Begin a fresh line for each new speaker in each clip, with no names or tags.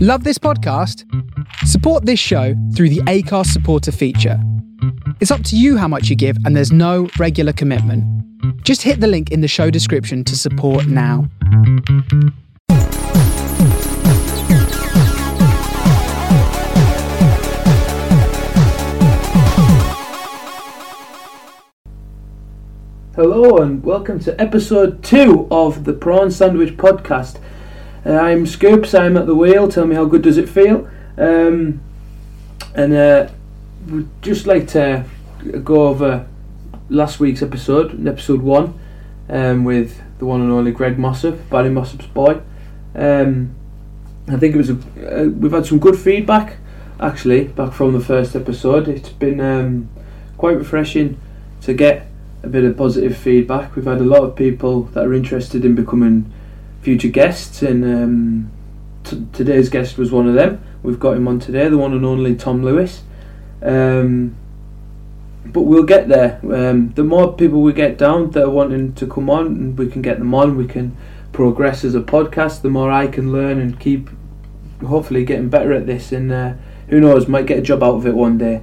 Love this podcast? Support this show through the ACARS supporter feature. It's up to you how much you give, and there's no regular commitment. Just hit the link in the show description to support now.
Hello and welcome to episode two of the Prawn Sandwich Podcast. Uh, I'm Scoops. I'm at the wheel. Tell me how good does it feel? Um, and uh, we'd just like to go over last week's episode, episode one, um, with the one and only Greg Mossop, Barry Mossop's boy. Um, I think it was a, uh, we've had some good feedback actually back from the first episode. It's been um, quite refreshing to get a bit of positive feedback. We've had a lot of people that are interested in becoming future guests, and um, t- today's guest was one of them. We've got him on today, the one and only Tom Lewis. Um, but we'll get there. Um, the more people we get down that are wanting to come on, and we can get them on, we can progress as a podcast. The more I can learn and keep, hopefully, getting better at this, and uh, who knows, might get a job out of it one day.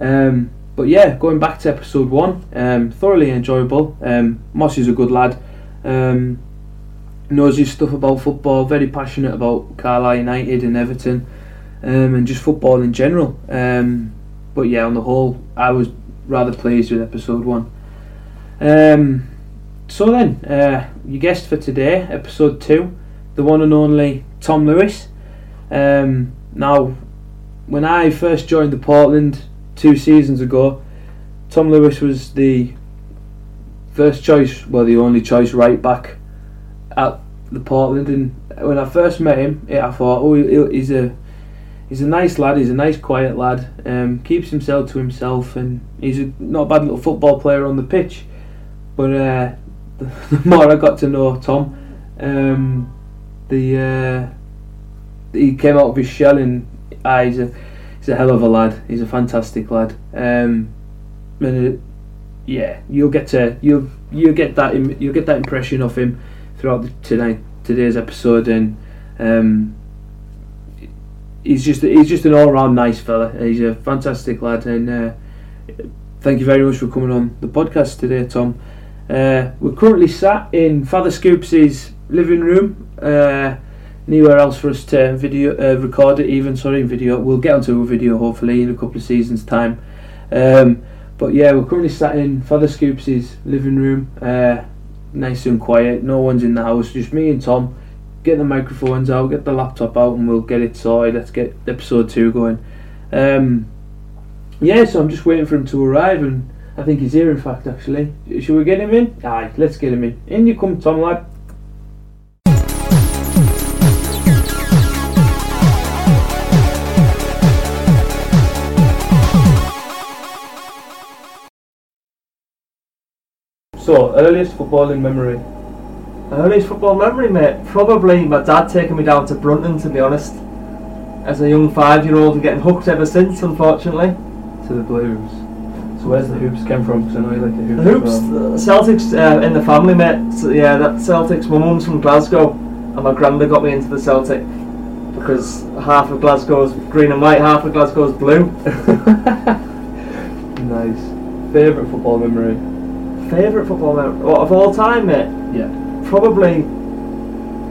Um, but yeah, going back to episode one, um, thoroughly enjoyable. Um, Mossy's a good lad. Um, knows his stuff about football. Very passionate about Carlisle United and Everton, um, and just football in general. Um, but yeah, on the whole, I was rather pleased with episode one. Um, so then, uh, your guest for today, episode two, the one and only Tom Lewis. Um, now, when I first joined the Portland two seasons ago, Tom Lewis was the first choice, well, the only choice right back at the Portland. And when I first met him, yeah, I thought, oh, he'll- he's a he's a nice lad. He's a nice, quiet lad. Um, keeps himself to himself, and he's a not a bad little football player on the pitch. But uh, the more I got to know Tom, um, the uh, he came out of his shell, and ah, he's a he's a hell of a lad. He's a fantastic lad. Um, and uh, yeah, you'll get to you'll you'll get that im- you'll get that impression of him throughout the, tonight today's episode, and um, he's just he's just an all round nice fella. He's a fantastic lad, and uh, thank you very much for coming on the podcast today, Tom. Uh, we're currently sat in Father Scoops's living room. Uh, anywhere else for us to video uh, record it even sorry video we'll get onto a video hopefully in a couple of seasons time um, but yeah we're currently sat in Father Scoops's living room uh, nice and quiet no one's in the house just me and Tom get the microphones out get the laptop out and we'll get it sorted let's get episode 2 going um, yeah so I'm just waiting for him to arrive and I think he's here in fact actually should we get him in? aye let's get him in in you come Tom lad so earliest footballing memory
Earliest football memory, mate. Probably my dad taking me down to Brunton, to be honest. As a young five-year-old, and getting hooked ever since, unfortunately.
to the Blues. So where's the hoops came from? Because I know you like the hoops. as
The hoops,
well.
the Celtics uh, in the family, mate. So, yeah, that Celtics. My mum's from Glasgow, and my granda got me into the Celtic because half of Glasgow's green and white, half of Glasgow's blue.
nice. Favorite football memory?
Favourite football memory what, of all time, mate.
Yeah.
Probably.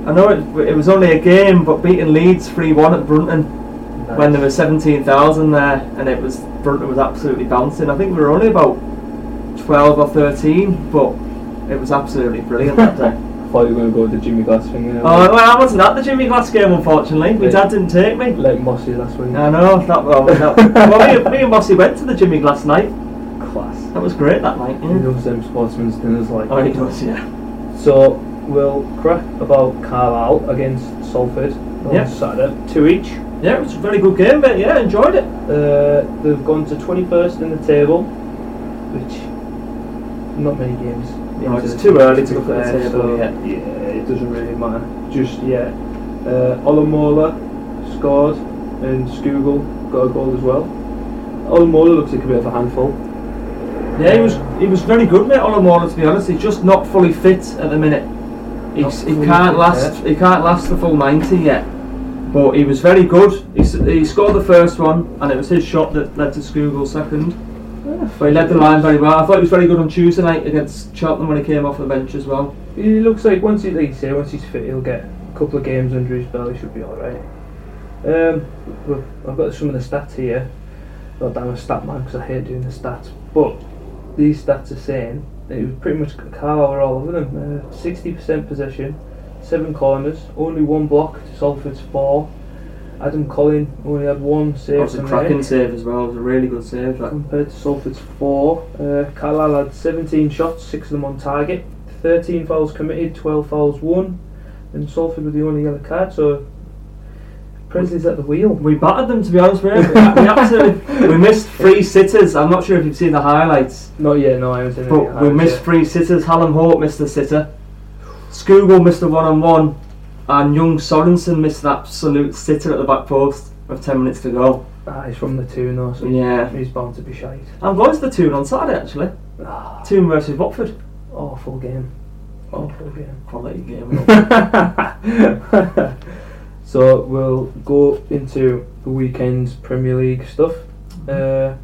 I know it, it was only a game, but beating Leeds three-one at Brunton. when there were 17,000 there and it was Brunton was absolutely bouncing. I think we were only about 12 or 13, but it was absolutely brilliant that day.
I thought you were going to go with the Jimmy Glass thing. there.
Oh, well, I wasn't at the Jimmy Glass game, unfortunately. My
Yeah.
dad didn't take me.
like Mossy last week.
I know, that, well, that, well me, me and Bossy went to the Jimmy Glass night.
Class.
That was great that night.
He
Yeah.
loves them sportsman's dinners like.
Oh, he does, yeah.
So we'll crack about Carlisle against Salford on
Yeah.
Saturday. Two each.
Yeah, it was a very good game, but yeah, enjoyed it.
Uh, they've gone to 21st in the table, which not many games. into
No, it's
the
too
season
early to
be
look at the
fair,
table
so,
yet.
Yeah, it doesn't really matter just yet. Uh, Olamola scored and Skugel got a goal as well. Olamola looks like a bit of a handful.
Yeah, he was he was very good, mate. Olamola, to be honest, he's just not fully fit at the minute. He's,
Not
he
fully
can't
fit,
last. He can't last the full ninety yet. But he was very good. He, s- he scored the first one, and it was his shot that led to Scoogle's second. But he led the line very well. I thought he was very good on Tuesday night against Cheltenham when he came off the bench as well.
He looks like once he, like you say, once he's fit, he'll get a couple of games under his belt. He should be all right. Um, well, I've got some of the stats here. Not that I'm a stat man because I hate doing the stats, but these stats are saying that he was pretty much Carl over all over them. Uh, 60% possession, seven corners, only one block to Salford's four. Adam Collin only had one
That
save
was a
from
cracking
him
save as well. It was a really good save. That.
compared to Salford's four. Uh, Carlisle had 17 shots, six of them on target, 13 fouls committed, 12 fouls won, and Salford were the only yellow card. So Presley's at the wheel.
We battered them to be honest with you. We absolutely we missed three sitters. I'm not sure if you've seen the highlights,
Not yet, no, I haven't seen any
but we
highlights
missed
yet.
three sitters. Hallam Hope missed a sitter. Scoogle missed a one on one, and young Sorensen missed an absolute sitter at the back post with ten minutes to go.
Ah, he's from the two, no, so
Yeah.
he's bound to be shite.
I'm going to the tune on Saturday actually.
Ah,
Tune versus Watford.
awful game. Awful game.
Quality game.
so we'll go into the weekend's Premier League stuff.
Mm-hmm.
Uh,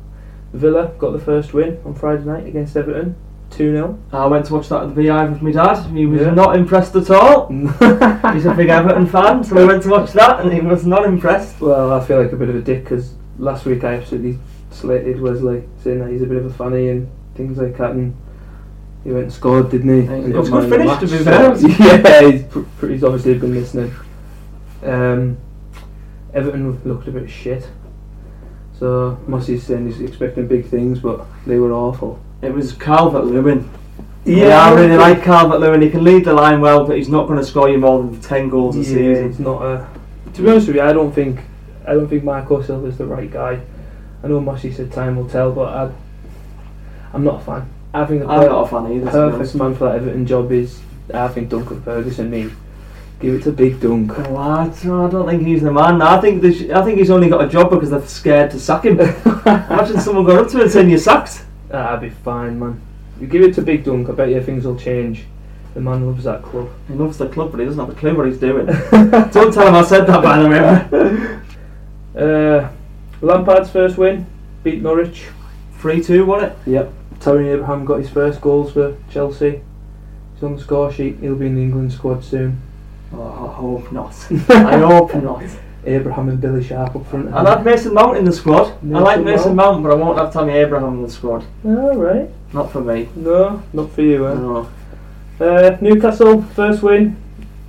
Villa got the first win on Friday night against Everton, 2 0.
I went to watch that at the VI with my dad. He was
Yeah.
not impressed at all. He's a big Everton fan, so we went to watch that, and he was not impressed.
Well, I feel like a bit of a dick because last week I absolutely slated Wesley, saying that he's a bit of a fanny and things like that, and he went and scored, didn't he?
It
And got
was a good
man of the
finish, to
match,
be fair.
so- yeah, he's, pr- pr- he's obviously been listening. Um, Everton looked a bit shit. So Mossy's saying he's expecting big things, but they were awful.
It was Calvert Lewin. Yeah, I really like Calvert Lewin. He can lead the line well, but he's not going to score you more than ten goals a
Yeah, it's
season.
not a. To be honest with you, I don't think I don't think Marco Silva is the right guy. I know Mossy said time will tell, but I, I'm not a fan. I think the
I'm
per-
not a fan either. to be
perfect
honest.
man for that Everton job is I think Duncan Ferguson. Me, give it to Big Dunk.
Well, I don't I don't think he's the man. I think they sh- I think he's only got a job because they're scared to sack him. Imagine someone going up to him and saying you're sacked.
Ah, I'd be fine, man. You give it to Big Dunk. I bet you things will change. The man loves that club.
He loves the club, but he doesn't have a clue what he's doing. don't tell him I said that, by the way.
Uh, Lampard's first win beat Norwich.
Three two, won it?
Yep. Tony Abraham got his first goals for Chelsea. He's on the score sheet. He'll be in the England squad soon.
Oh, I hope not. I hope not.
Abraham and Billy Sharp up front.
I'll have Mason Mount in the squad. I like
Mason
Mason Mount, but I won't have Tommy Abraham in the squad.
All right.
Not for me.
No, not for you. Eh?
No.
Uh, Newcastle first win.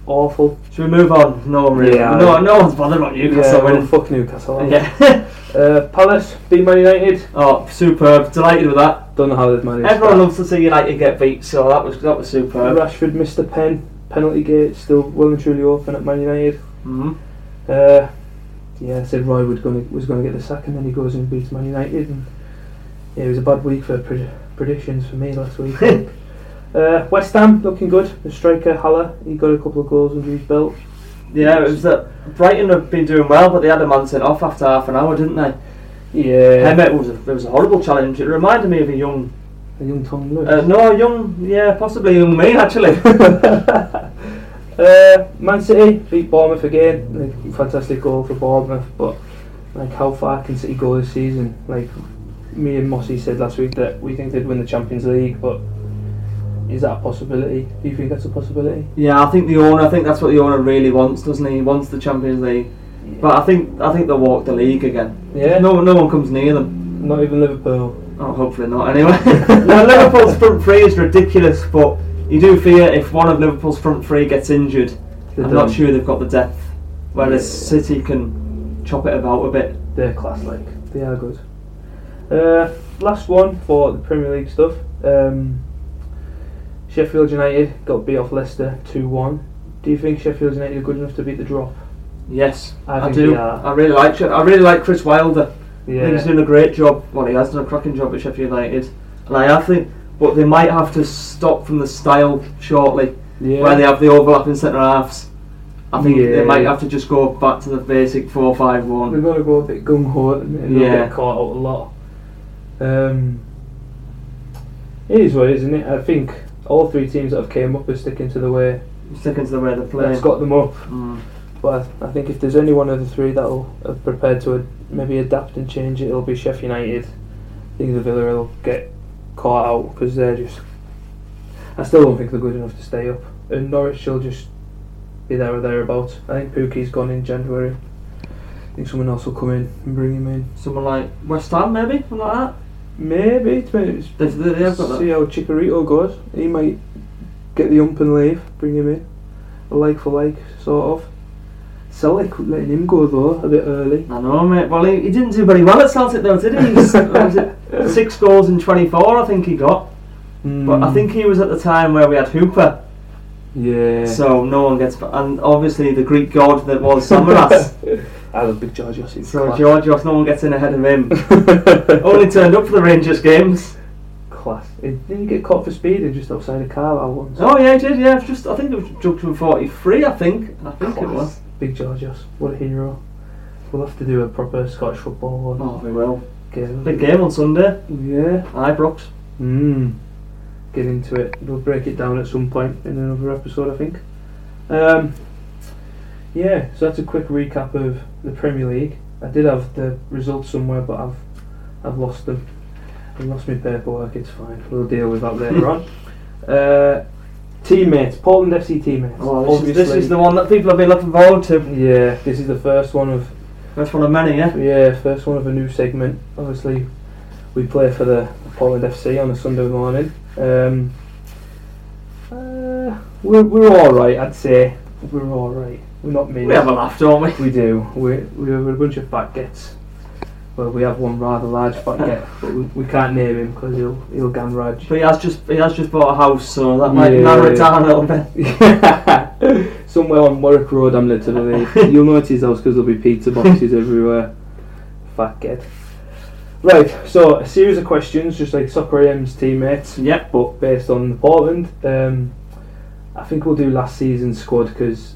Awful.
Should we move on? No, really.
Yeah.
no, no one's bothered about Newcastle
well,
winning.
fuck Newcastle. aren't we?
Yeah.
Uh, Palace beat Man United.
oh, superb. Delighted with that.
Don't know how they've managed.
Everyone
that.
loves to see United get beat, so that was that was superb.
Rashford missed a pen. Penalty gate still well and truly open at Man United.
hmm
Uh, yeah, I said Roy would gonna, was going to get the sack, and then he goes and beats Man United. And yeah, it was a bad week for pred- predictions for me last week. uh, West Ham looking good. The striker Haller, he got a couple of goals under his belt.
Yeah, it was that Brighton have been doing well, but they had a man sent off after half an hour, didn't they?
Yeah,
Hemet was a, it was a horrible challenge. It reminded me of a young,
a young Tom Lewis.
uh, no, a young, yeah, possibly a young me actually.
Uh, Man City beat Bournemouth again. Like, fantastic goal for Bournemouth, but like how far can City go this season? Like me and Mossy said last week that we think they'd win the Champions League, but is that a possibility? Do you think that's a possibility?
yeah, I think the owner. I think that's what the owner really wants, doesn't he? He wants the Champions League, but I think I think they'll walk the league again.
Yeah,
No, no one comes near them.
not even Liverpool.
Oh, hopefully not. Anyway, now Liverpool's front three is ridiculous, but you do fear if one of Liverpool's front three gets injured,
They're
I'm not
done.
sure they've got the depth. Whereas City can chop it about a bit.
They're class like. They are good. Uh, last one for the Premier League stuff. Um, Sheffield United got beat off Leicester 2 1. Do you think Sheffield United are good enough to beat the drop?
Yes,
I
I,
think
do.
they are.
I really like. Shef- I really like Chris Wilder. I think he's
Yeah.
doing a great job. Well, he has done a cracking job at Sheffield United, and I think. But they might have to stop from the style shortly,
yeah.
where they have the overlapping centre halves. I think
Yeah.
they might have to just go back to the basic
They've
4-5-1.
got to go a bit gung ho and yeah.
Yeah.
get caught out a lot. Um, it is what it is, isn't it? I think all three teams that have came up are sticking to the way
Sticking to the way they play.
that's got them up.
Mm.
But I think if there's any one of the three that'll are prepared to ad- maybe adapt and change it, it'll be Sheffield United. I think the Villa will get caught out because they're just. I still don't think they're good enough to stay up. And Norwich will just be there or thereabouts. I think Pookie's gone in January. I think someone else will come in and bring him in.
Someone like West Ham, maybe, something like that.
Maybe. Depends.
They, they, they have got that.
See how Chikorito goes. He might get the ump and leave, bring him in. A like for like, sort of. Celtic letting him go though, a bit early.
I know, mate. Well, he, he didn't do very well at Celtic, though, did he? He was- what was it? Six goals in 24, I think he got. But I think he was at the time where we had Hooper,
Yeah.
so no one gets. And obviously, the Greek god that was Samaras.
I love Big George Yossi.
so,
class.
Georgios, no one gets in ahead of him. Only turned up for the Rangers games.
Class. Did he get caught for speeding just outside a car that once?
Oh, yeah, he did, yeah. it's Just, I think it was jumped from 43, I think. I think it
Class.
was.
Big George Yossi. What a hero. We'll have to do a proper Scottish football one.
Oh, we will.
Game.
Big game on Sunday.
Yeah.
Ibrox.
Mm. Get into it. We'll break it down at some point in another episode, I think. Um, yeah, so that's a quick recap of the Premier League. I did have the results somewhere, but I've I've lost them. I've lost my paperwork. It's fine. We'll deal with that later on. Uh, teammates, Portland FC teammates.
Oh, this, is, this
Obviously-
is the one that people have been looking forward to.
yeah. This is the first one of
That's one of many, yeah.
yeah, first one of a new segment. Obviously, we play for the Portland FC on a Sunday morning. Um, uh, we're we're all right, I'd say. We're all right. We're not mean.
We have a laugh, don't we?
We do. We're we're a bunch of baguettes. Well, we have one rather large baguette, but we, we can't name him because he'll he'll gamrage.
But he has just he has just bought a house, so that might
Yeah.
narrow it down a little bit.
Somewhere on Warwick Road, I'm led to believe. You'll notice those because there'll be pizza boxes everywhere. Fat kid. Right, so a series of questions, just like Soccer AM's teammates,
Yep.
but based on Portland. Um, I think we'll do last season's squad because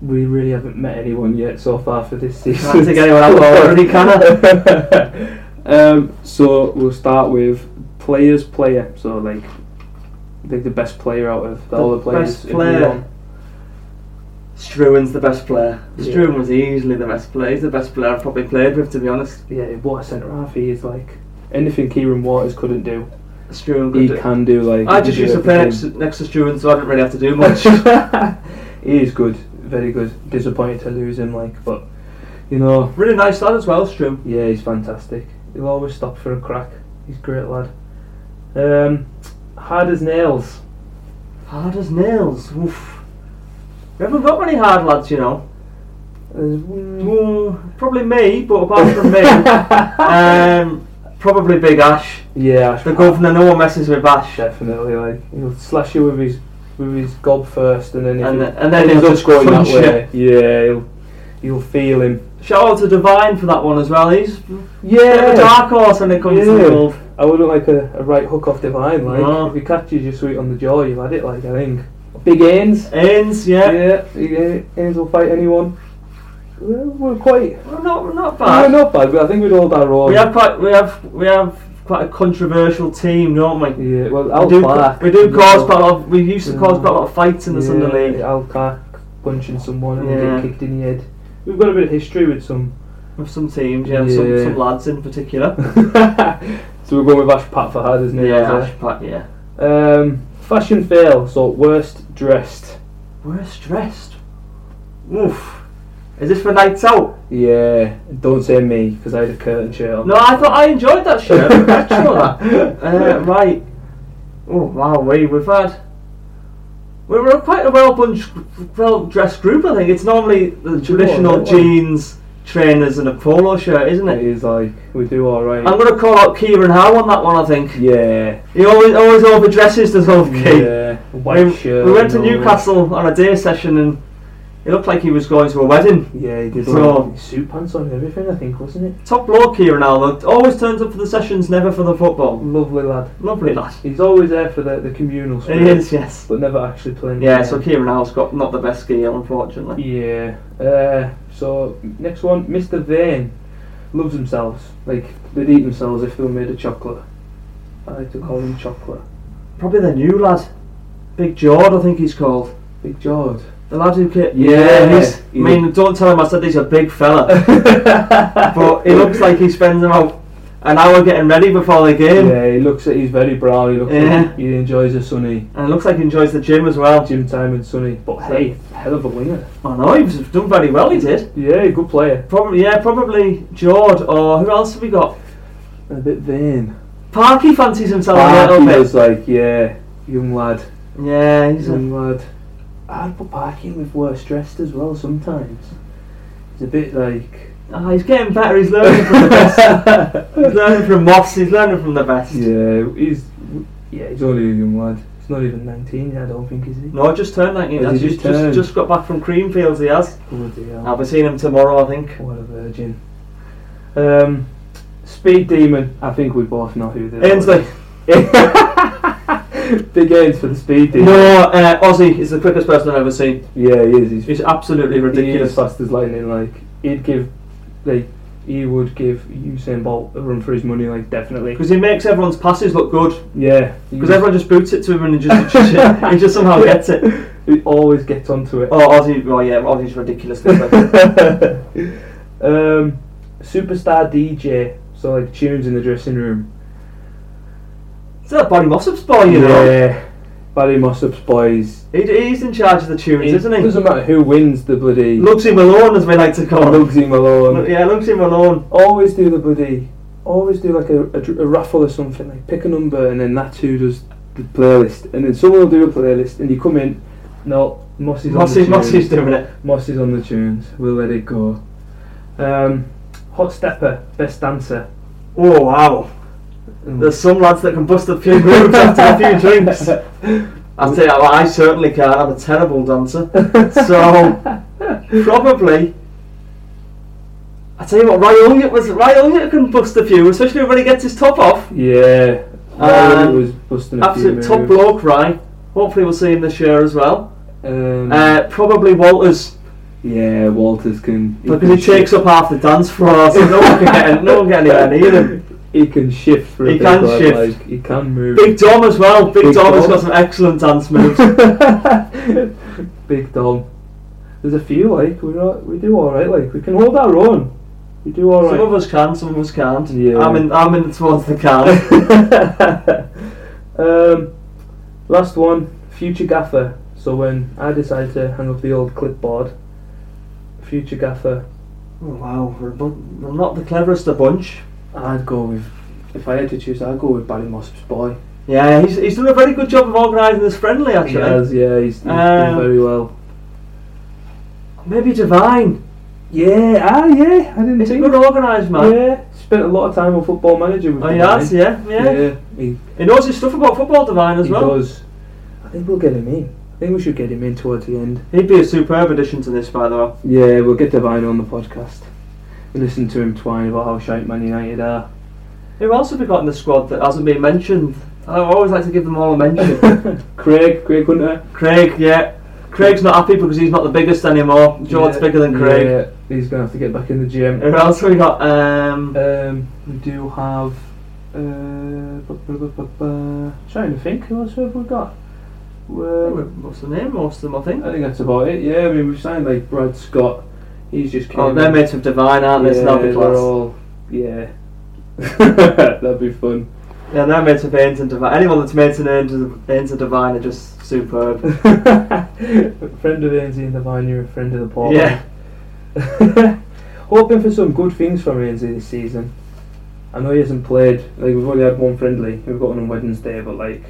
we really haven't met anyone yet so far for this season.
Can't take anyone out already, can
I? um, so we'll start with players player. So like, like the best player out of all the
The
players.
best
if you
player.
want.
Struan's the best player.
Yeah.
Struan was easily the best player. He's the best player I've probably played with, to be honest.
Yeah, what a centre half he is like. Anything Kieran Waters couldn't do,
Struan
he
could do.
can do. Like
I
he can
just
do
used to play next,
everything.
next to Struan, so I didn't really have to do much.
he is good, very good. Disappointed to lose him, like, but you know,
really nice lad as well, Struan.
Yeah, he's fantastic. He'll always stop for a crack. He's a great lad. Um, hard as nails.
Hard as nails. Oof. We haven't got many hard lads, you know.
Mm.
Ooh, probably me, but apart from me, um, probably Big Ash.
yeah, Ash-
The governor, no one messes with Ash.
definitely. Like he'll slash you with his with his gob first, and then if
And,
you-
then- and then
if
he'll
he's
just
up going that
punch you.
way. Yeah, he'll, you'll feel him.
Shout out to Divine for that one as well. He's a bit of a
Yeah,
dark horse when it comes to
Yeah.
the golf.
I wouldn't like a, a right hook off divine. Like
No.
if he catches you sweet on the jaw, you've had it. Like I think big Ains.
Ains, yeah.
Yeah, yeah, Ains will fight anyone. Well, we're quite
We're not, we're not
No,
bad.
not bad, but I think we'd hold our own.
We have quite, we have, we have quite a controversial team, don't we?
Yeah, well,
We
Al
do,
Clark.
we do cause quite a lot. Of, we used to cause
Mm.
quite a lot of fights in the Sunday league.
Al Clark punching someone and
Yeah.
getting kicked in the head. We've got a bit of history with some.
With some teams, yeah, Some,
Yeah.
some lads in particular.
so we're going with Ash Pat for hard, isn't it?
yeah, Ash Pat, yeah.
Um, fashion fail, so worst dressed.
Worst dressed. Oof. Is this for nights out?
Yeah, don't say me because I had a curtain shirt on.
No, I thought I enjoyed that shirt. I saw that. Uh, right. Oh wow, we we've had. We were quite a well bunched, well dressed group. I think it's normally the traditional
alright, weren't we?
jeans, trainers, and a polo shirt, isn't
it
it?
is like we do all right.
I'm gonna call out Kieran Howe on that one. I think
yeah,
he always always overdresses to love Key.
yeah. White
We,
shirt.
we went to
and all that.
Newcastle on a day session and it looked like he was going to a wedding.
Yeah, he did.
So-
like suit pants on and everything, I think, wasn't it?
Top bloke Kieran Howe though, always turns up for the sessions, never for the football.
Lovely lad.
Lovely lad.
He's always there for the, the communal
He
spirit,
is, yes.
but never actually playing.
Yeah, so Kieran Howe's got not the best skill, unfortunately.
yeah. Uh, so next one, Mr. Vane loves themselves. Like they'd eat themselves if they were made of chocolate. I like to call him chocolate.
Probably the new lad, Big Jord, I think he's called.
Big George.
The lad who came.
Yeah,
he's- I
he
mean, don't tell him I said he's a big fella, but
but
he looks like he spends about an hour getting ready before the game,
Yeah, he looks at. He's very brown. He looks.
Yeah.
Like he enjoys a sunny
and it looks like he enjoys the gym as well.
gym time and sunny. But hey, hell of a winger.
I know he was done very well. He did.
Yeah, good player.
Probably, yeah, probably George or who else have we got?
A bit vain.
Parky fancies himself a
Parky
little bit.
was like, yeah, young lad,
Yeah, he's a,
young lad. I'd put Parky in with worse dressed as well sometimes. He's a bit like.
Ah, he's getting better. He's learning from the best. he's learning from Moss. He's learning from the best.
Yeah, he's yeah, he's only a young lad. He's not even nineteen. I don't think is he.
No, just turned 19.
Has he
He's
just
just, just,
turned?
just got back from Creamfields, he has.
Bloody hell.
I'll be seeing him tomorrow, I think.
What a virgin. Um, Speed Demon. I think we both know who they
Ainsley.
are. Big Ains for the Speed Demon.
No, uh, Ozzy is the quickest person I've ever seen.
Yeah, he is. He's,
He's absolutely
he is
ridiculous.
fast as lightning. Like he'd give, like he would give Usain Bolt a run for his money. Like definitely.
Because he makes everyone's passes look good.
Yeah.
Because everyone just boots it to him and he just, he just somehow gets it.
He always gets onto it.
Oh, Ozzy, oh yeah, Ozzy's ridiculously quick.
um, superstar DJ, so like tunes in the dressing room.
It's that Barry Mossop's boy, you know.
Yeah, Barry Mossop's boys.
He, he's in charge of the tunes,
It
isn't he?
doesn't matter who wins the bloody
Luxie Malone, as we like to call him.
Lugsy Malone.
Yeah, Luxie Malone.
Always do the bloody, always do like a, a dr- a raffle or something. Like pick a number and then that's who does the playlist, and then someone will do a playlist, and you come in. No, Mossy's
Mossy,
on the tunes.
Mossy's doing it.
Moss is on the tunes. We'll let it go. Um, Hot Stepper, best dancer. Mm.
Oh, wow. There's some lads that can bust a few moves after a few drinks. I tell you, what, I certainly can't. I'm a terrible dancer. So, probably. I tell you what, Ray Ullett was Ray Ullett can bust a few, especially when he gets his top off.
Yeah.
Um,
it was busting a few
Absolute top
moves.
bloke, Ray. Hopefully, we'll see him this year as well.
Um,
Uh, probably Walters
yeah, Walters can.
because he takes up half the dance floor, so no one can get no one can get anywhere near him.
He can shift for a
He
big
can
lad,
shift.
Like, he can move.
Big Dom as well. Big,
Big
Dom, has
Dom.
got some excellent dance moves.
Big Dom. There's a few like we are we do all right. Like we can hold our own. We do all
Some
right.
of us can, some of us can't.
Yeah.
I'm in. I'm in towards the can.
um, last one, future gaffer. So when I decide to hang up the old clipboard, future gaffer,
Oh, wow, we're, a bun- we're not the cleverest of bunch.
I'd go with. If I had to choose, I'd go with Barry Mossop's boy.
Yeah, he's, he's done a very good job of organising this friendly
He
actually.
has, yeah, he's, he's
Um,
done very well.
Maybe Divine.
Yeah, ah, yeah, I didn't
He's a
think.
good organised man.
Yeah, spent a lot of time on Football Manager with
Oh,
him,
he has,
right?
yeah, yeah,
yeah. He,
He knows his stuff about football, Divine, as
he
well.
does. I think we'll get him in. I think we should get him in towards the end.
He'd be a superb addition to this, by the way.
Yeah, we'll get Divine on the podcast. We listen to him twine about how shite Man United are.
Who else have we got in the squad that hasn't been mentioned? I always like to give them all a mention.
Craig, Craig Hunter.
Craig, yeah. Craig's not happy because he's not the biggest anymore. George's
Yeah,
bigger than Craig.
Yeah, he's going to have to get back in the gym.
Who else we got? Um,
Um, we do have. Uh, bu- bu- bu- bu- bu- trying to think, who else have we got? Well,
what's the name? Most of them, I think.
I think that's about it. Yeah, I mean we've signed like Brad Scott. He's just came
Oh, they're
in.
mates of Divine, aren't they?
yeah,
Yeah, Snobby
they're
class.
all yeah. That'd be fun.
Yeah, they're mates of Ains and Divine. Anyone that's mates of Ains and Ains and Divine are just superb.
friend of Ainsley and Divine, you're a friend of the pod.
yeah.
Hoping for some good things from Ainsley this season. I know he hasn't played. Like we've only had one friendly. We've got one on Wednesday, but like,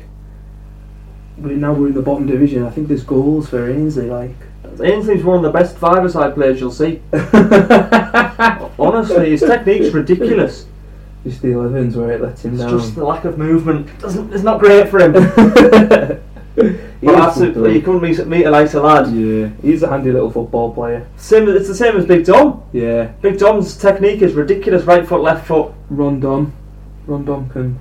we now we're in the bottom division. I think there's goals for Ainsley. Like,
Ainsley's one of the best five-a-side players you'll see. Honestly, his technique's ridiculous.
It's the 11s where it lets him
It's
down.
just the lack of movement. Doesn't, it's not great for him. but
He is
absolutely, he
good
couldn't meet, meet a nicer lad.
though. yeah, he's a handy little football player.
Same, it's the same as Big Dom.
Yeah,
Big Dom's technique is ridiculous. Right foot, left foot.
Rondon, Rondon can.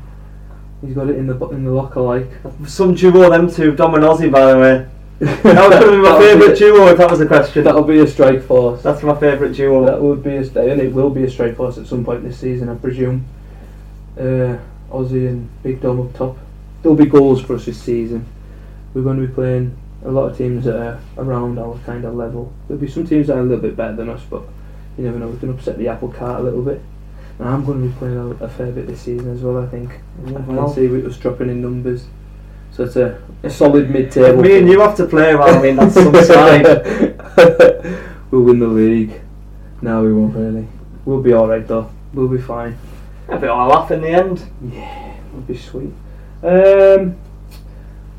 He's got it in the bo- in the locker like.
Some duo, them two, Dom and Ozzy, by the way. That was probably my favourite duo, if that was the question.
That'll be a strike force.
That's my favourite duo.
That would be a st- and it will be a strike force at some point this season, I presume. Uh, Aussie and Big Dom up top. There'll be goals for us this season. We're going to be playing a lot of teams that are around our kind of level. There'll be some teams that are a little bit better than us, but you never know. We can upset the apple cart a little bit. And I'm going to be playing a, a fair bit this season as well. I think. I can see we was dropping in numbers, so it's a, a solid mid-table.
Me and you have to play, well, I mean, that's some sign.
we'll win the league. No, we won't really. We'll be all right though. We'll be fine.
A bit of a laugh in the end.
It'll be sweet. Um,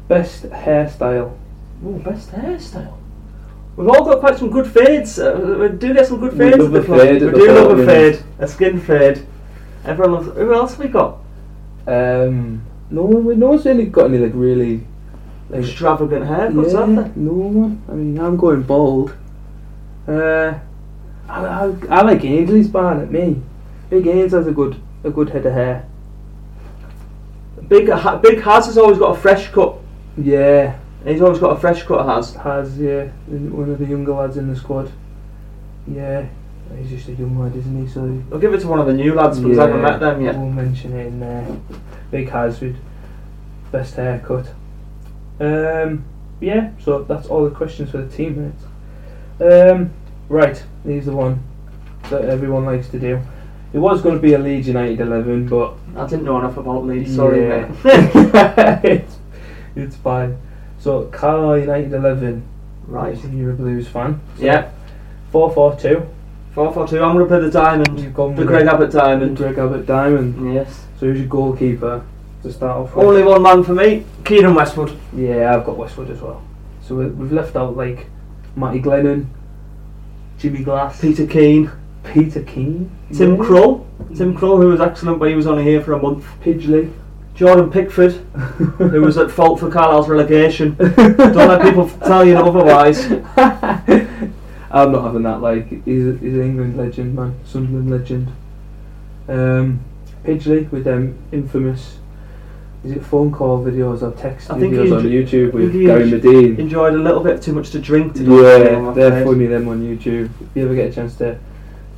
best hairstyle.
Ooh, best hairstyle. We've all got quite some good fades. Uh, we do get some good
We
fades.
love
at
a
the club.
fade at
We
the
do love
bottom,
a
innit?
fade. A skin fade. Everyone loves. Who else have we got?
Um, no one. we- No one's really got any like really. Like,
Extravagant haircuts,
yeah,
aren't they?
no one. I mean, I'm going bald. Uh, I, I, I like Ainsley's barn at me. Big Ains has a good a good head of hair.
Big uh, ha- Big Has has always got a fresh cut.
Yeah,
He's always got a fresh cut. Has.
has yeah one of the younger lads in the squad. Yeah, he's just a young lad, isn't he? So
I'll give it to one of the new lads because I haven't met them yet.
We'll mention it in there. uh, Big Hazard, best haircut. Um, yeah, so that's all the questions for the team minutes. Um, right, here's the one that everyone likes to do. It was going to be a Leeds United 11, but
I didn't know enough about Leeds. Sorry,
Yeah.
mate.
it's, it's fine. So, Carlisle United 11,
right.
you're a Blues fan. So
Yeah.
4 4 2.
Four four two. I'm gonna play the diamond.
You've gone
The
with
Greg Abbott diamond.
Greg Abbott Diamond.
Yes.
So, who's your goalkeeper to start off with?
Only one man for me. Keenan Westwood.
Yeah, I've got Westwood as well. So we- we've left out like Matty Glennon, Jimmy Glass,
Peter Keane.
Peter Keane,
Tim
yeah.
Krull. Tim Krull, who was excellent when he was only here for a month.
Pidgley.
Jordan Pickford, who was at fault for Carlisle's relegation. Don't let people tell you otherwise.
I'm not having that. Like he's, he's an England legend, man, Sunderland legend. Um, Pidgley with them infamous. Is it phone call videos or text
I think he
videos on
enj-
YouTube
I think
with
he
Gary
enj-
Medine?
Enjoyed a little bit too much to drink today.
Yeah, they're funny them on YouTube. If you ever get a chance to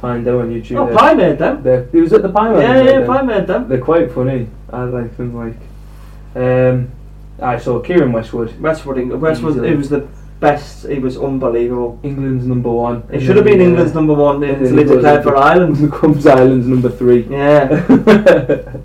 find them on YouTube,
Oh,
they're-
Pie made them.
they're, it was at the Pyro.
yeah, yeah, Pie made them.
They're quite funny. I like them. Like, um, I saw Kieran Westwood,
Westwood, Eng- Westwood,
Easily.
he was the best. He was unbelievable.
England's number one.
It should have been England's number one
And
until
then
he
he goes
declared
up-
for Ireland.
Becomes Ireland's number three.
Yeah.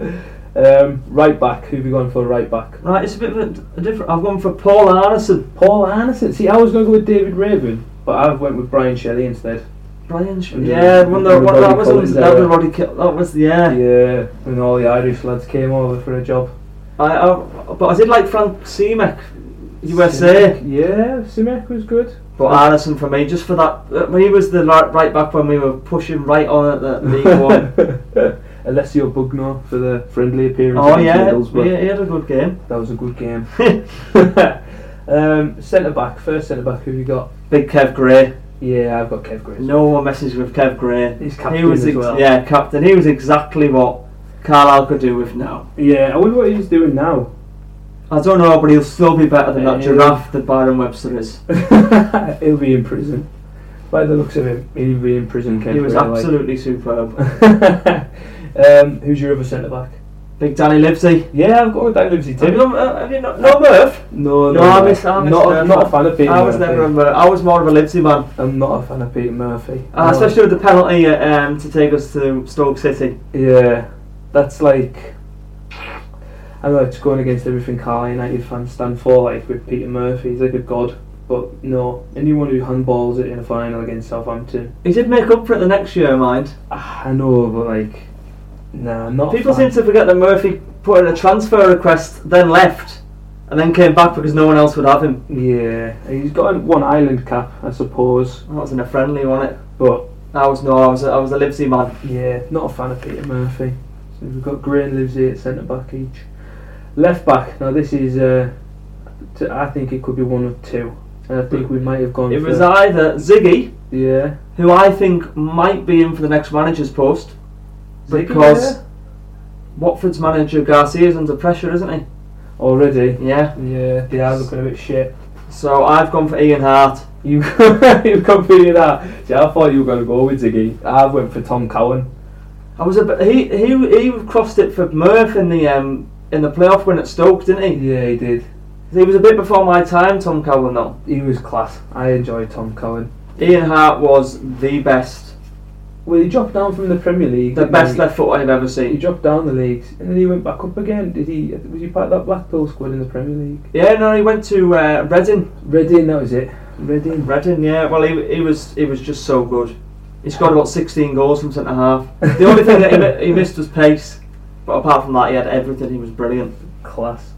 um, right back. Who've you gone for right back?
Right, it's a bit of a different. I've gone for Paul Arneson.
Paul Anderson. See, I was going to go with David Raven, but I went with Brian Shelley instead.
Brian Sh-
And
Yeah,
the-
one
the
that, one, that
Roddy
was
Collins
that was
era.
Roddy. Ki- That was yeah.
Yeah, and all the Irish lads came over for a job.
I, I, but I did like Frank Seamek, USA.
Simek- Yeah, Simek was good.
But Allison for me, just for that, uh, he was the ri- right back when we were pushing right on at the League One.
Alessio Bugno for the friendly appearance.
oh
against
yeah,
Middlesbrough.
yeah, he had a good game.
That was a good game. um, centre back, first centre back, who have you got?
Big Kev Gray.
Yeah, I've got Kev Grace.
No one messes with Kev Gray.
He's captain
he was
as well.
Yeah, captain. He was exactly what Carlisle could do with now.
Yeah, I wonder what he's doing now.
I don't know, but he'll still be better than that
Yeah.
giraffe that Byron Webster is.
He'll be in prison. By the looks of him, he'll be in prison. Kev
He was
Gray, like.
absolutely superb.
um, who's your other centre back?
Big Danny Livesey.
Yeah, I've got Dan Livesey
Have you
too.
not, uh, have you not, no Murph?
No,
No, I miss, I miss
not,
Murph.
not a fan of Peter eh?
I was
Murphy.
never a Murph. I was more of a Livesey man.
I'm not a fan of Peter Murphy. No.
Uh, Especially with the penalty uh, um, to take us to Stoke City.
Yeah, that's like. I know it's going against everything Carl United fans stand for, like with Peter Murphy, he's like a god. But no, anyone who handballs it in a final against Southampton,
He did make up for it the next year, mind.
ah, I know, but like, nah, I'm not. a
People
fan.
seem to forget that Murphy put in a transfer request, then left, and then came back because no one else would have him.
Yeah, he's got one Island cap, I suppose,
That wasn't a friendly, wasn't it?
but
I was no, I was a, I was a Livesey man.
yeah, not a fan of Peter Murphy. So we've got Gray and Livesey at centre back each. Left back. Now this is, uh, t- I think it could be one of two, and I think we might have gone.
It
for,
was either Ziggy,
yeah.
who I think might be in for the next manager's post,
Ziggy,
because
yeah?
Watford's manager Garcia is under pressure, isn't
already.
he? Yeah.
Yeah, they are looking a bit shit.
So I've gone for Ian Hart.
You you've come through that. See, I thought you were gonna go with Ziggy. I went for Tom Cowan.
I was a bit, he he he crossed it for Murph in the um in the playoff win at Stoke, didn't he?
Yeah, he did.
He was a bit before my time, Tom Cowan, though.
He was class. I enjoyed Tom Cohen.
Ian Hart was the best,
Well, he dropped down from the Premier League.
the
didn't
best
he?
left foot I've ever seen.
He dropped down the leagues and then he went back up again. Did he? Was he part of that Blackpool squad in the Premier League?
Yeah, no, he went to uh, Reading.
Reading, that was it. Reading.
Reading, yeah. Well, he, he was he was just so good. He scored about 16 goals from centre half. The only thing that he, mi- he missed was pace, but apart from that, he had everything. He was brilliant.
Class.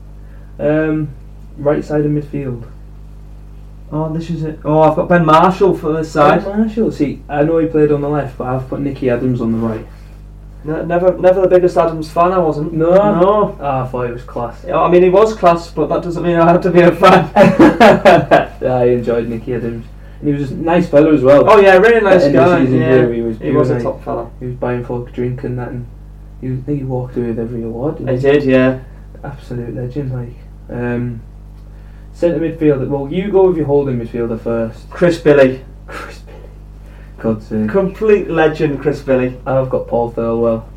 Um, right side of midfield.
Oh, this is it. Oh, I've got Ben Marshall for this side.
Ben Marshall. See, I know he played on the left, but I've put Nicky Adams on the right.
Ne- Never, never the biggest Adams fan. I wasn't.
No.
no.
Ah, I thought it was class.
Yeah, I mean, he was class, but that doesn't mean I have to be a fan.
I enjoyed Nicky Adams. And he was a nice fella as well.
Oh yeah, really nice
And the
guy.
season
Yeah,
here, he was
a
brilliant.
top fella.
He was buying folk drink and that, and he was, I think he walked away with every award. didn't
He
he?
did, yeah.
Absolute legend, like. Um, centre midfielder. Well, you go with your holding midfielder first.
Chris Billy,
Chris Billy. God's sake.
complete legend. Chris Billy.
I've got Paul Thirlwell.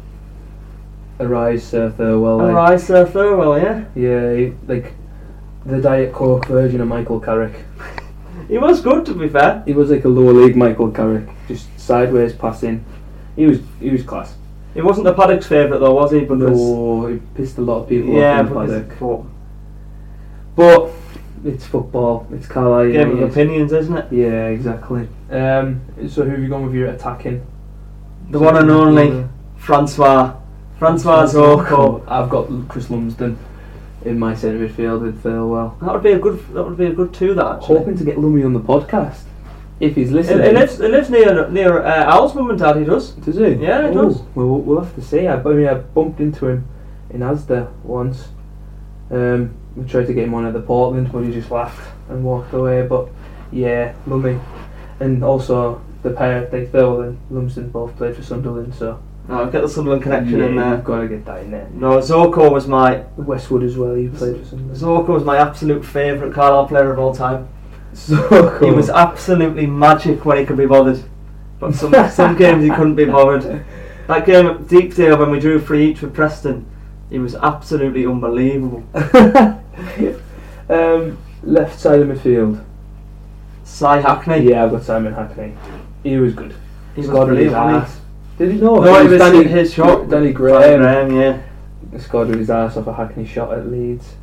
Arise, Sir Thirlwell. like-
Alright, Sir Thurwell, yeah.
Yeah, he, like the Diet Coke version of Michael Carrick.
He was good, to be fair.
He was like a lower league Michael Carrick, just sideways passing. He was he was class.
He wasn't the paddock's favourite though, was he? Because
No, he pissed a lot of people
yeah,
off in the
because
paddock.
well,
But it's football. It's Carlisle.
game of
United.
opinions, isn't it?
Yeah, exactly. Um, so who have you gone with your attacking?
The one and only Francois, Francois Zorco.
I've got Chris Lumsden in my centre midfield with uh, Thirlwell.
That would be a good. That would be a good two. That actually.
Hoping to get Lummy on the podcast if he's
He, he
listening.
lives. He lives near near uh, Al's mum and dad. He does.
Does he?
Yeah, he
Oh,
does.
Well, we'll- we'll have to see. I, I mean, I bumped into him in Asda once. Um, we tried to get him on at the Portland, but he just laughed and walked away. But yeah, Lummy, and also the pair, they Thirlwell and Lumsden both played for Sunderland, so
Oh, get the Sunderland connection in
yeah,
there.
you've got to get that in there.
No, Zorco was my
Westwood as well. He played for Sunderland.
Zorco was my absolute favourite Carlisle player of all time.
So cool.
He was absolutely magic when he could be bothered, but some some games he couldn't be bothered. That game at Deepdale when we drew three each with Preston, he was absolutely unbelievable.
um, left side of midfield.
Cy Hackney.
Yeah, I've got Simon Hackney. He was good.
he was
Scored with his
brilliant.
ass. Did he know?
No, it was Danny, his shot.
Danny
Danny
Graham.
Graham, yeah.
scored with his ass off a Hackney shot at Leeds.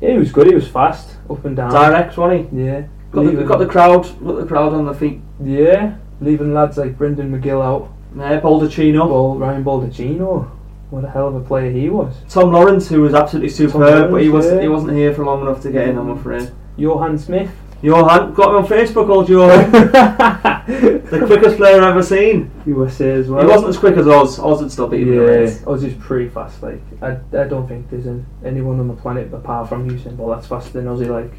Yeah, he was good. He was fast, up and down.
Direct, wasn't
Ah. Yeah.
he? Got the,
Leaving-
got the crowd, got the crowd on the feet.
yeah, leaving lads like Brendan McGill out.
Yeah, Baldacchino.
Ball, Ryan Baldacchino. What a hell of a player he was.
Tom Lawrence, who was absolutely superb, but he
Lawrence,
wasn't
yeah.
he wasn't here for long enough to get in. I'm afraid.
Johan Smith.
Johan got him on Facebook, old Johan, the quickest player I've ever seen.
USA as well.
He wasn't as quick as Oz. Oz had still beaten the
Yeah,
race.
I was just pretty fast. Like I, I don't think there's an, anyone on the planet apart from Usain Bolt that's faster than Ozzy. Like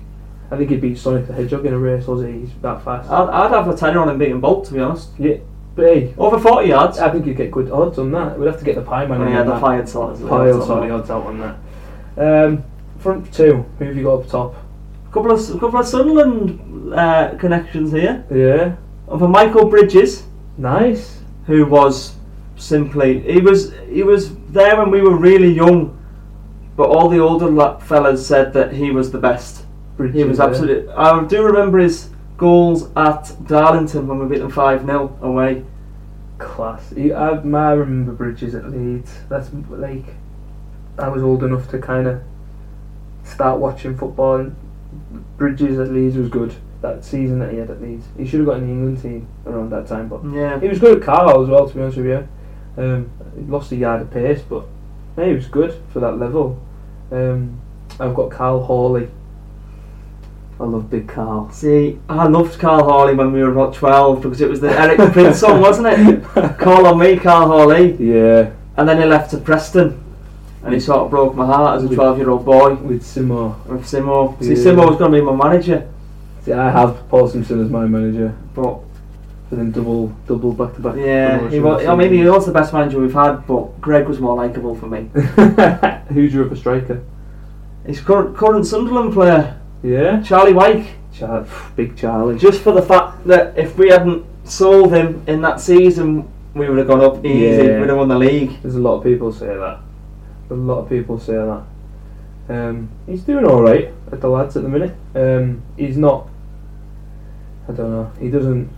I think he beat Sonic the Hedgehog in a race. Ozzy, he's that fast.
I'd, I'd have a tenner on him beating Bolt, to be honest.
yeah, but hey, oh,
Over 40 yards.
I think you'd get good odds on that. We'd have to get the pie man.
and
on
he had
that.
the fired sort as well.
Pile sorry odds out on that. Um, front two, who have you got up top?
Couple of couple of Sunderland uh, connections here.
Yeah,
And for Michael Bridges,
nice.
who was simply he was he was there when we were really young, but all the older la- fellas said that he was the best.
Bridges, eh?
He was
yeah.
absolutely. I do remember his goals at Darlington when we beat them five 0 away.
class. He, I, I remember Bridges at Leeds. That's like I was old enough to kind of start watching football. And Bridges at Leeds was good that season that he had at Leeds. He should have got in the England team around that time, but
Yeah,
he was good at Carlisle as well. To be honest with you, um, he lost a yard of pace, but yeah, he was good for that level. Um, I've got Carl Hawley. I love big Carl.
See, I loved Carl Hawley when we were about 12 because it was the Eric Prince song, wasn't it? Call on me, Carl Hawley.
Yeah,
And then he left to Preston and he sort of broke my heart as a 12 year old boy
with Simo.
with Simo. See,
Yeah.
Simo was going to be my manager,
See, I have Paul Simpson as my manager.
but
But then double, double back to back.
yeah, he was, I mean, he was the best manager we've had, but Greg was more likeable for me.
Who's your other striker?
His current, current Sunderland player,
Yeah,
Charlie Wyke,
Char- big Charlie.
just for the fact that if we hadn't sold him in that season, we would have gone up easy,
Yeah.
we'd have won the league.
There's a lot of people say that. A lot of people say that. Um, he's doing all right at the lads at the minute. Um, he's not. I don't know. He doesn't.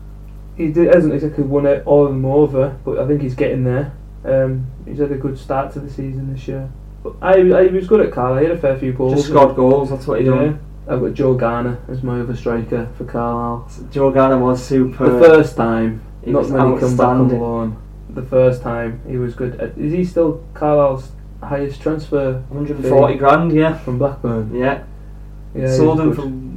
He d- hasn't exactly won it all of them over, but I think he's getting there. Um, he's had a good start to the season this year. But I, I he was good at Carlisle. He had a fair few goals.
Just scored goals, that's what he
Yeah.
done.
I've got Joe Garner as my other striker for Carlisle.
Joe Garner was super.
The first time,
He
not
was
when he come back on the
outstanding.
loan. The first time he was good. At, is he still Carlisle's highest transfer
140 grand, yeah.
from Blackburn?
Yeah.
Yeah, he was
Sold him
good.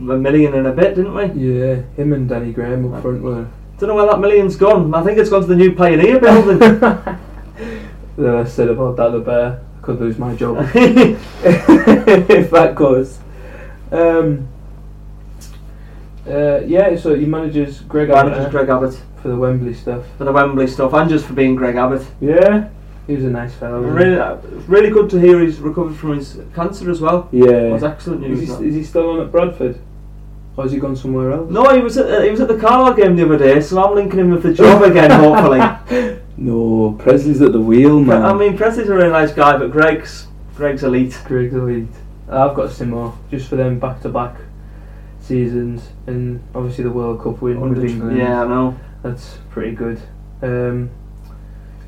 for a million and a bit, didn't we?
Yeah, him and Danny Graham up front were.
Don't know where that million's gone. I think it's gone to the new Pioneer building.
the less said about that, the better. I could lose my job if that goes. Um, uh, yeah, so he manages Greg
Manager's
Abbott
Greg Abbott
for the Wembley stuff.
for the Wembley stuff, and just for being Greg Abbott.
Yeah, he was a nice fellow. wasn't he?
Really, uh, really good to hear he's recovered from his cancer as well.
Yeah.
That's excellent
Is
news.
he,
that.
is he still on at Bradford? Or has he gone somewhere else?
No, he was at uh, he was at the Carlisle game the other day, so I'm linking him with the job again, hopefully.
No, Presley's at the wheel,
But, I mean, Presley's a really nice guy, but Greg's Greg's elite.
Greg's elite. I've got Simo just for them back to back seasons and obviously the World Cup win with England.
Yeah, I know.
That's pretty good. Um,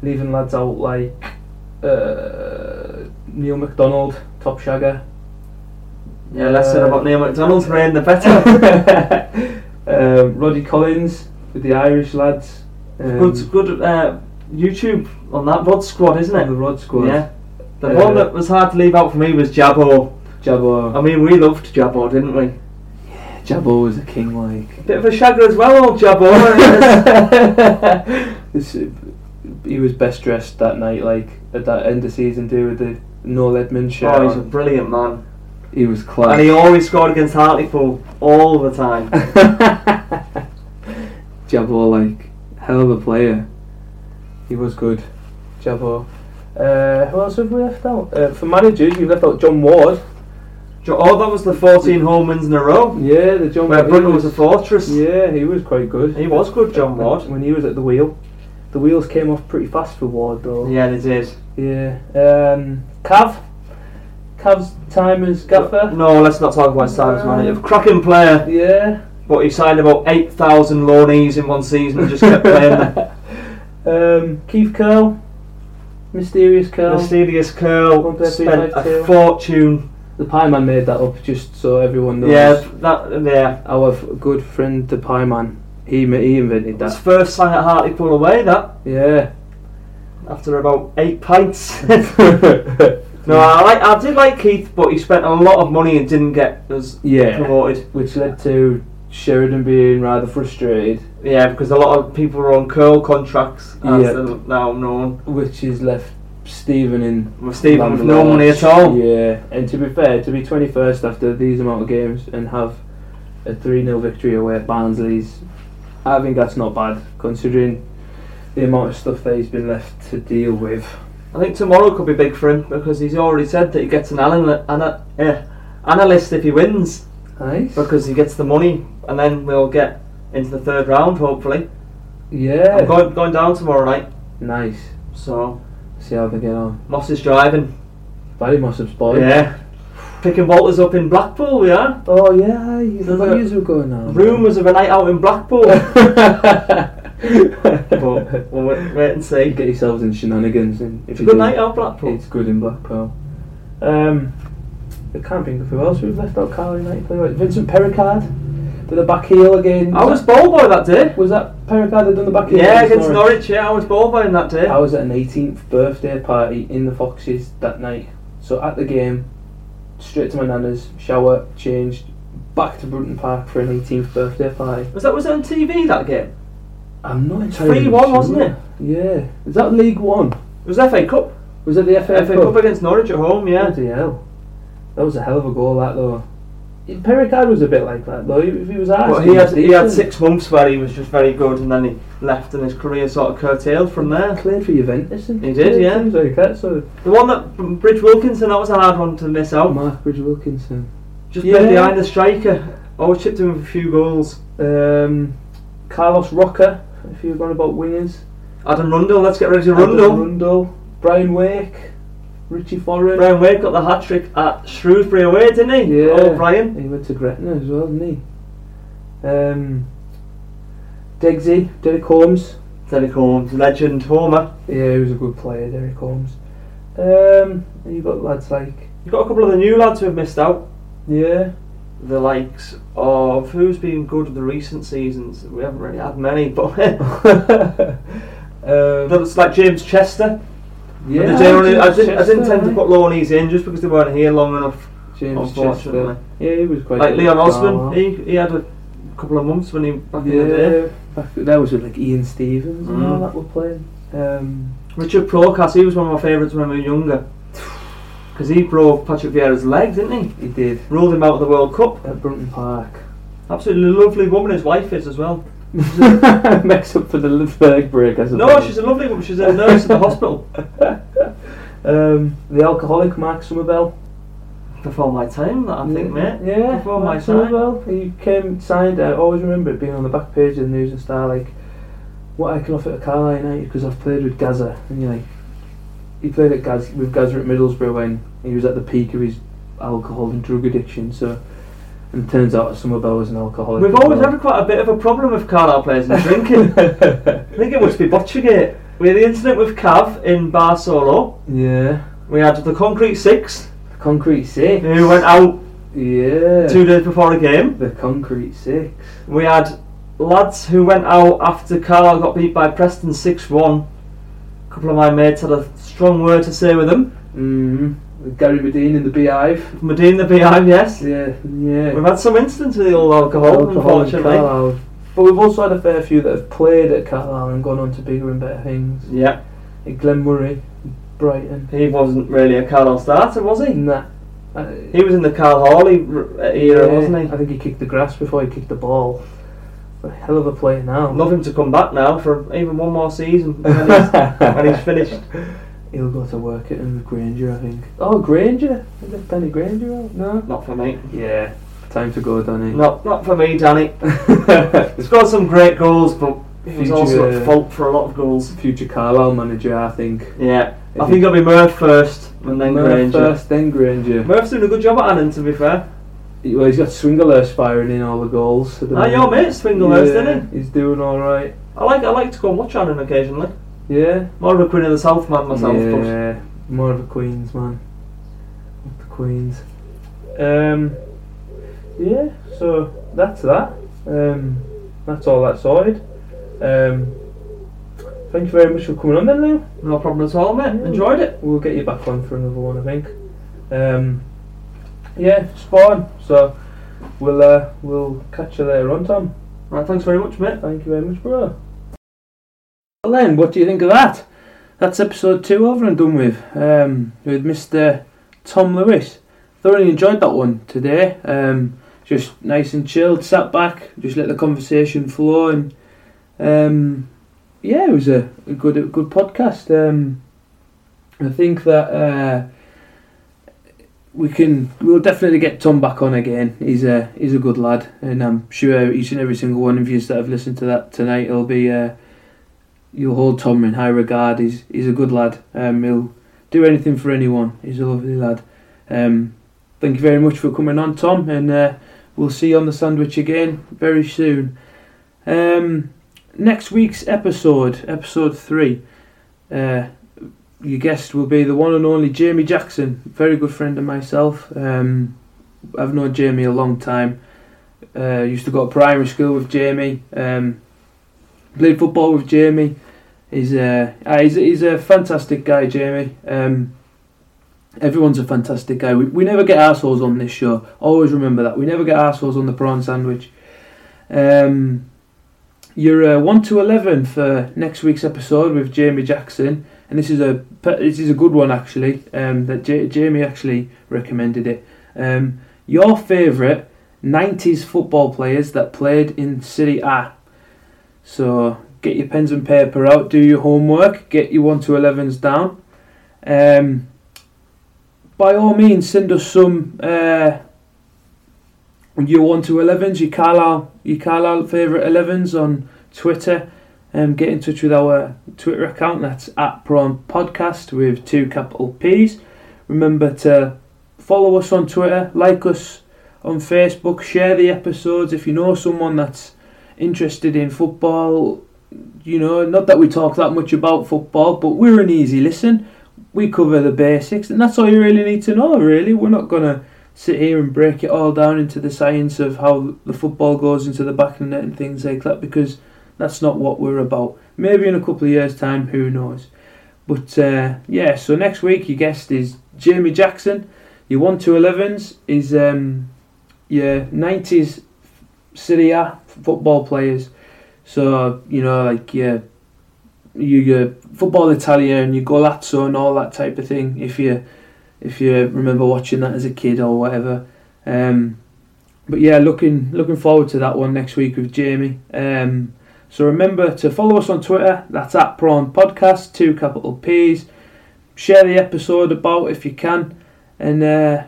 leaving lads out like uh, Neil McDonald, top shagger.
Yeah, less said
Uh,
about Neil McDonald's reign the better.
um, Roddy Collins with the Irish lads. Um,
good good uh, YouTube on that Rod squad, isn't
on the
it?
Rod squad.
Yeah. The
Uh,
one that was hard to leave out for me was Jabbo.
Jabbo.
I mean, we loved Jabbo, didn't we?
Jabbo was a king, like.
Bit of a shagger as well, old Jabbo.
This- he was best dressed that night, like at that end of season do with the Noel Edmonds shirt.
oh, he's a
on.
brilliant man.
he was class.
And he always scored against Hartlepool all the time.
Jabbo, like hell of a player. He was good, Jabbo. Uh, who else have we left out? Uh, for managers, you've left out John Ward.
Jo- Oh, that was the 14 home wins in a row.
Yeah, the John.
Where
he
Brunton was a fortress.
Yeah, he was quite good.
He was good, John Ward.
When he was at the wheel, the wheels came off pretty fast for Ward though.
Yeah, they did.
Yeah. Um, Cav. Cav's time as gaffer.
No, let's not talk about Sam's manager. Cracking player,
Yeah.
but he signed about 8,000 loanees in one season and just kept playing them.
Um, Keith Curl. Mysterious Curl.
Mysterious
One
Curl
player, three,
spent
five,
a
two.
fortune.
the pie man made that up just so everyone knows.
Yeah, that, yeah.
Our f- good friend the pie man. He ma- he invented
His
that.
first sign at Hartlepool away, that,
Yeah.
after about eight pints. no, I, like, I did like Keith, but he spent a lot of money and didn't get us
yeah.
promoted.
Which led to Sheridan being rather frustrated,
Yeah, because a lot of people are on curl contracts, as
Yeah.
they're now known.
which has left Stephen in
With Stephen with no
Landlord.
money at all.
Yeah, and to be fair, to be 21st after these amount of games and have a 3 0 victory away at Barnsley's, I think that's not bad considering the amount of stuff that he's been left to deal with.
I think tomorrow could be big for him because he's already said that he gets an anal- ana- eh, analyst if he wins
Nice.
because he gets the money and then we'll get into the third round hopefully.
Yeah.
I'm going, going down tomorrow night,
nice.
so
See how they get on.
Moss is driving.
Barry must have spotted.
Yeah. Picking Walters up in Blackpool, we are.
Oh, yeah, you
There's
thought
a-
yous were going on.
Rumours of a night out in Blackpool. but
but
we'll wait, wait and see.
you get yourselves in shenanigans. And if
It's a
you
good
do-
night out, Blackpool.
It's good in Blackpool. Um, I can't think of who else we've left out. Carl United player Vincent Pericard with a back heel again.
I was ball boy that day.
was that Pericard that done the back heel?
Yeah, against Norwich. Yeah, I was ball boy in that day.
I was at an 18th birthday party in the Foxes that night. So at the game, straight to my nana's, shower, changed, back to Brunton Park for an 18th birthday party.
Was that was that on TV that game?
I'm not entirely
3 1,
sure.
wasn't it?
Yeah. Is that League One?
It was FA Cup.
Was it the FA,
FA Cup against Norwich at home, yeah.
Bloody hell. That was a hell of a goal, that though. Pericard was a bit like that though. If he was asked,
But he had he had six months where he was just very good, and then he left, and his career sort of curtailed from there.
Played for Juventus. And
He did, yeah.
Things like that. So
The one that Bridge Wilkinson, that was a hard one to miss out.
Mark Bridge Wilkinson,
Just
Yeah.
played behind the striker. Always chipped him with a few goals.
um, Carlos Rocker. If you're going about wingers,
Adam Rundle, let's get ready to
Adam
Rundle.
Rundle, Brian Wake.
Richie Foreign.
Brian Wade got the hat trick at Shrewsbury away, didn't he?
Yeah.
Oh, Brian.
He went to Gretna as well, didn't he? Um, Degsy, Derek Holmes.
Derek Holmes, legend, Homer.
Yeah, he was a good player, Derek Holmes. Um, and you got lads like
You've got a couple of the new lads who have missed out.
yeah,
The likes of who's been good in the recent seasons. We haven't really had many, but
um,
it's like James Chester.
yeah.
The day only- I,
James
didn't, I didn't
Chester,
tend to
aye.
put Lorneys in just because they weren't here long enough.
James
unfortunately.
Chester. Yeah, he was quite
Like
good.
Leon
Oh,
Osman, he, he had a couple of months when he back in the day.
Yeah, back, that was with like Ian Stevens and all
Mm.
that were playing. Um,
Richard Procas, he was one of my favourites when we were younger. Because he broke Patrick Vieira's leg, didn't he?
he did
Ruled him out of the World Cup.
at Brunton Park.
Absolutely lovely woman his wife is as well.
Makes up for the third break, I suppose.
No, she's a lovely woman. She's a nurse at the hospital.
um, the alcoholic Mark Somerville.
Before my time, that I think,
yeah,
mate.
Yeah,
Before my
Mark
time.
Somerville. He came signed. uh, I always remember it being on the back page of the News and Star, like what I can offer to Carlisle United because I've played with Gaza, and you're like, he played at Gaz- with Gaza at Middlesbrough when he was at the peak of his alcohol and drug addiction. So, and it turns out Somerville was an alcoholic.
We've
as
always
well.
had quite a bit of a problem with Carlisle players and drinking. I think it must be Botchergate. We had the incident with Cav in Bar Solo.
yeah,
We had the Concrete Six,
concrete six.
who went out
Yeah,
two days before a game.
the concrete six.
We had lads who went out after Carlisle got beat by Preston 6 1. A couple of my mates had a strong word to say with them.
Mm, Gary Medine in the Beehive.
Medina the behind, yes.
Yeah, yeah.
We've had some incidents with the old alcohol,
Alcohol in
unfortunately.
Carlisle. But we've also had a fair few that have played at Carlisle and gone on to bigger and better things.
Yeah,
Like Glen Murray, Brighton.
he wasn't really a Carlisle starter, was he?
Nah. Uh,
He was in the Carl Hawley r- era,
yeah,
wasn't he?
I think he kicked the grass before he kicked the ball. A hell of a player now.
I'd love him to come back now for even one more season when he's, when he's finished.
He'll go to work at him with Granger, I think. Oh, Granger? Is it Danny Granger? out? No.
Not for me.
Yeah. Time to go, Danny.
Not not for me, Danny. He's got some great goals, but he was
Future-
also at fault for a lot of goals.
Future Carlisle manager, I think.
Yeah,
If
I
he-
think it'll be Murph first, and then
Murph
Granger.
First, then Granger.
Murph's doing a good job at Annan, to be fair.
Well, he's got Swinglehurst firing in all the goals. at the
Ah,
moment.
your mate Swinglehurst,
yeah,
isn't
He's doing all right.
I like I like to go and watch Annan occasionally.
Yeah.
More of a Queen of the South man myself, but
yeah. More of a Queens man. Up the Queens. Um. Yeah. So that's that. Um. That's all that sorted. Um. Thank you very much for coming on, then, Lou.
no problem at all, mate. Enjoyed it.
We'll get you back on for another one, I think. Um. Yeah. Spawn. So. We'll uh, we'll catch you later on, Tom.
Right, thanks very much, mate.
Thank you very much, bro. Well then, what do you think of that? That's episode two over and done with. Um, with Mr. Tom Lewis. Thoroughly enjoyed that one today. Um, just nice and chilled, sat back, just let the conversation flow, and um, yeah, it was a, a good a good podcast. Um, I think that uh, we can we'll definitely get Tom back on again. He's a he's a good lad, and I'm sure each and every single one of you that have listened to that tonight, it'll be uh, you'll hold Tom in high regard. He's he's a good lad. Um, he'll do anything for anyone. He's a lovely lad. Um, thank you very much for coming on, Tom, and uh, we'll see you on the sandwich again very soon. Um, next week's episode, episode three. Uh, your guest will be the one and only Jamie Jackson, very good friend of myself. Um, I've known Jamie a long time. Uh, used to go to primary school with Jamie. Um, played football with Jamie. He's a uh, he's, he's a fantastic guy, Jamie. Um, everyone's a fantastic guy. We, we never get assholes on this show. Always remember that. We never get assholes on the prawn sandwich. Um, you're uh, one to eleven for next week's episode with Jamie Jackson and this is a this is a good one actually. Um, that J- Jamie actually recommended it. Um, your favourite '90s football players that played in City A. So get your pens and paper out, do your homework, get your one to elevens down. Um, by all means, send us some uh, your one to elevens, your Carlisle, your Carlisle favourite elevens on Twitter. Um, get in touch with our Twitter account. That's at Prawn Podcast with two capital P's. Remember to follow us on Twitter, like us on Facebook, share the episodes if you know someone that's interested in football. You know, not that we talk that much about football, but we're an easy listen. We cover the basics, and that's all you really need to know, really. We're not going to sit here and break it all down into the science of how the football goes into the back of the net and things like that because that's not what we're about. Maybe in a couple of years' time, who knows? But uh, yeah, so next week your guest is Jamie Jackson. Your one to elevens is um, your nineties Serie A football players. So you know, like your your, your football Italian, your Golazzo, and all that type of thing. If you if you remember watching that as a kid or whatever. Um, but yeah, looking looking forward to that one next week with Jamie. Um, so remember to follow us on Twitter. That's at Prawn Podcast, two capital P's. Share the episode about if you can, and uh,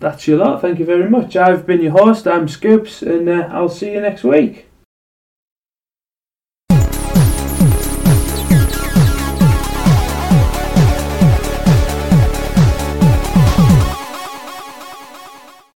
that's your lot. Thank you very much. I've been your host. I'm Scoops, and uh, I'll see you next week.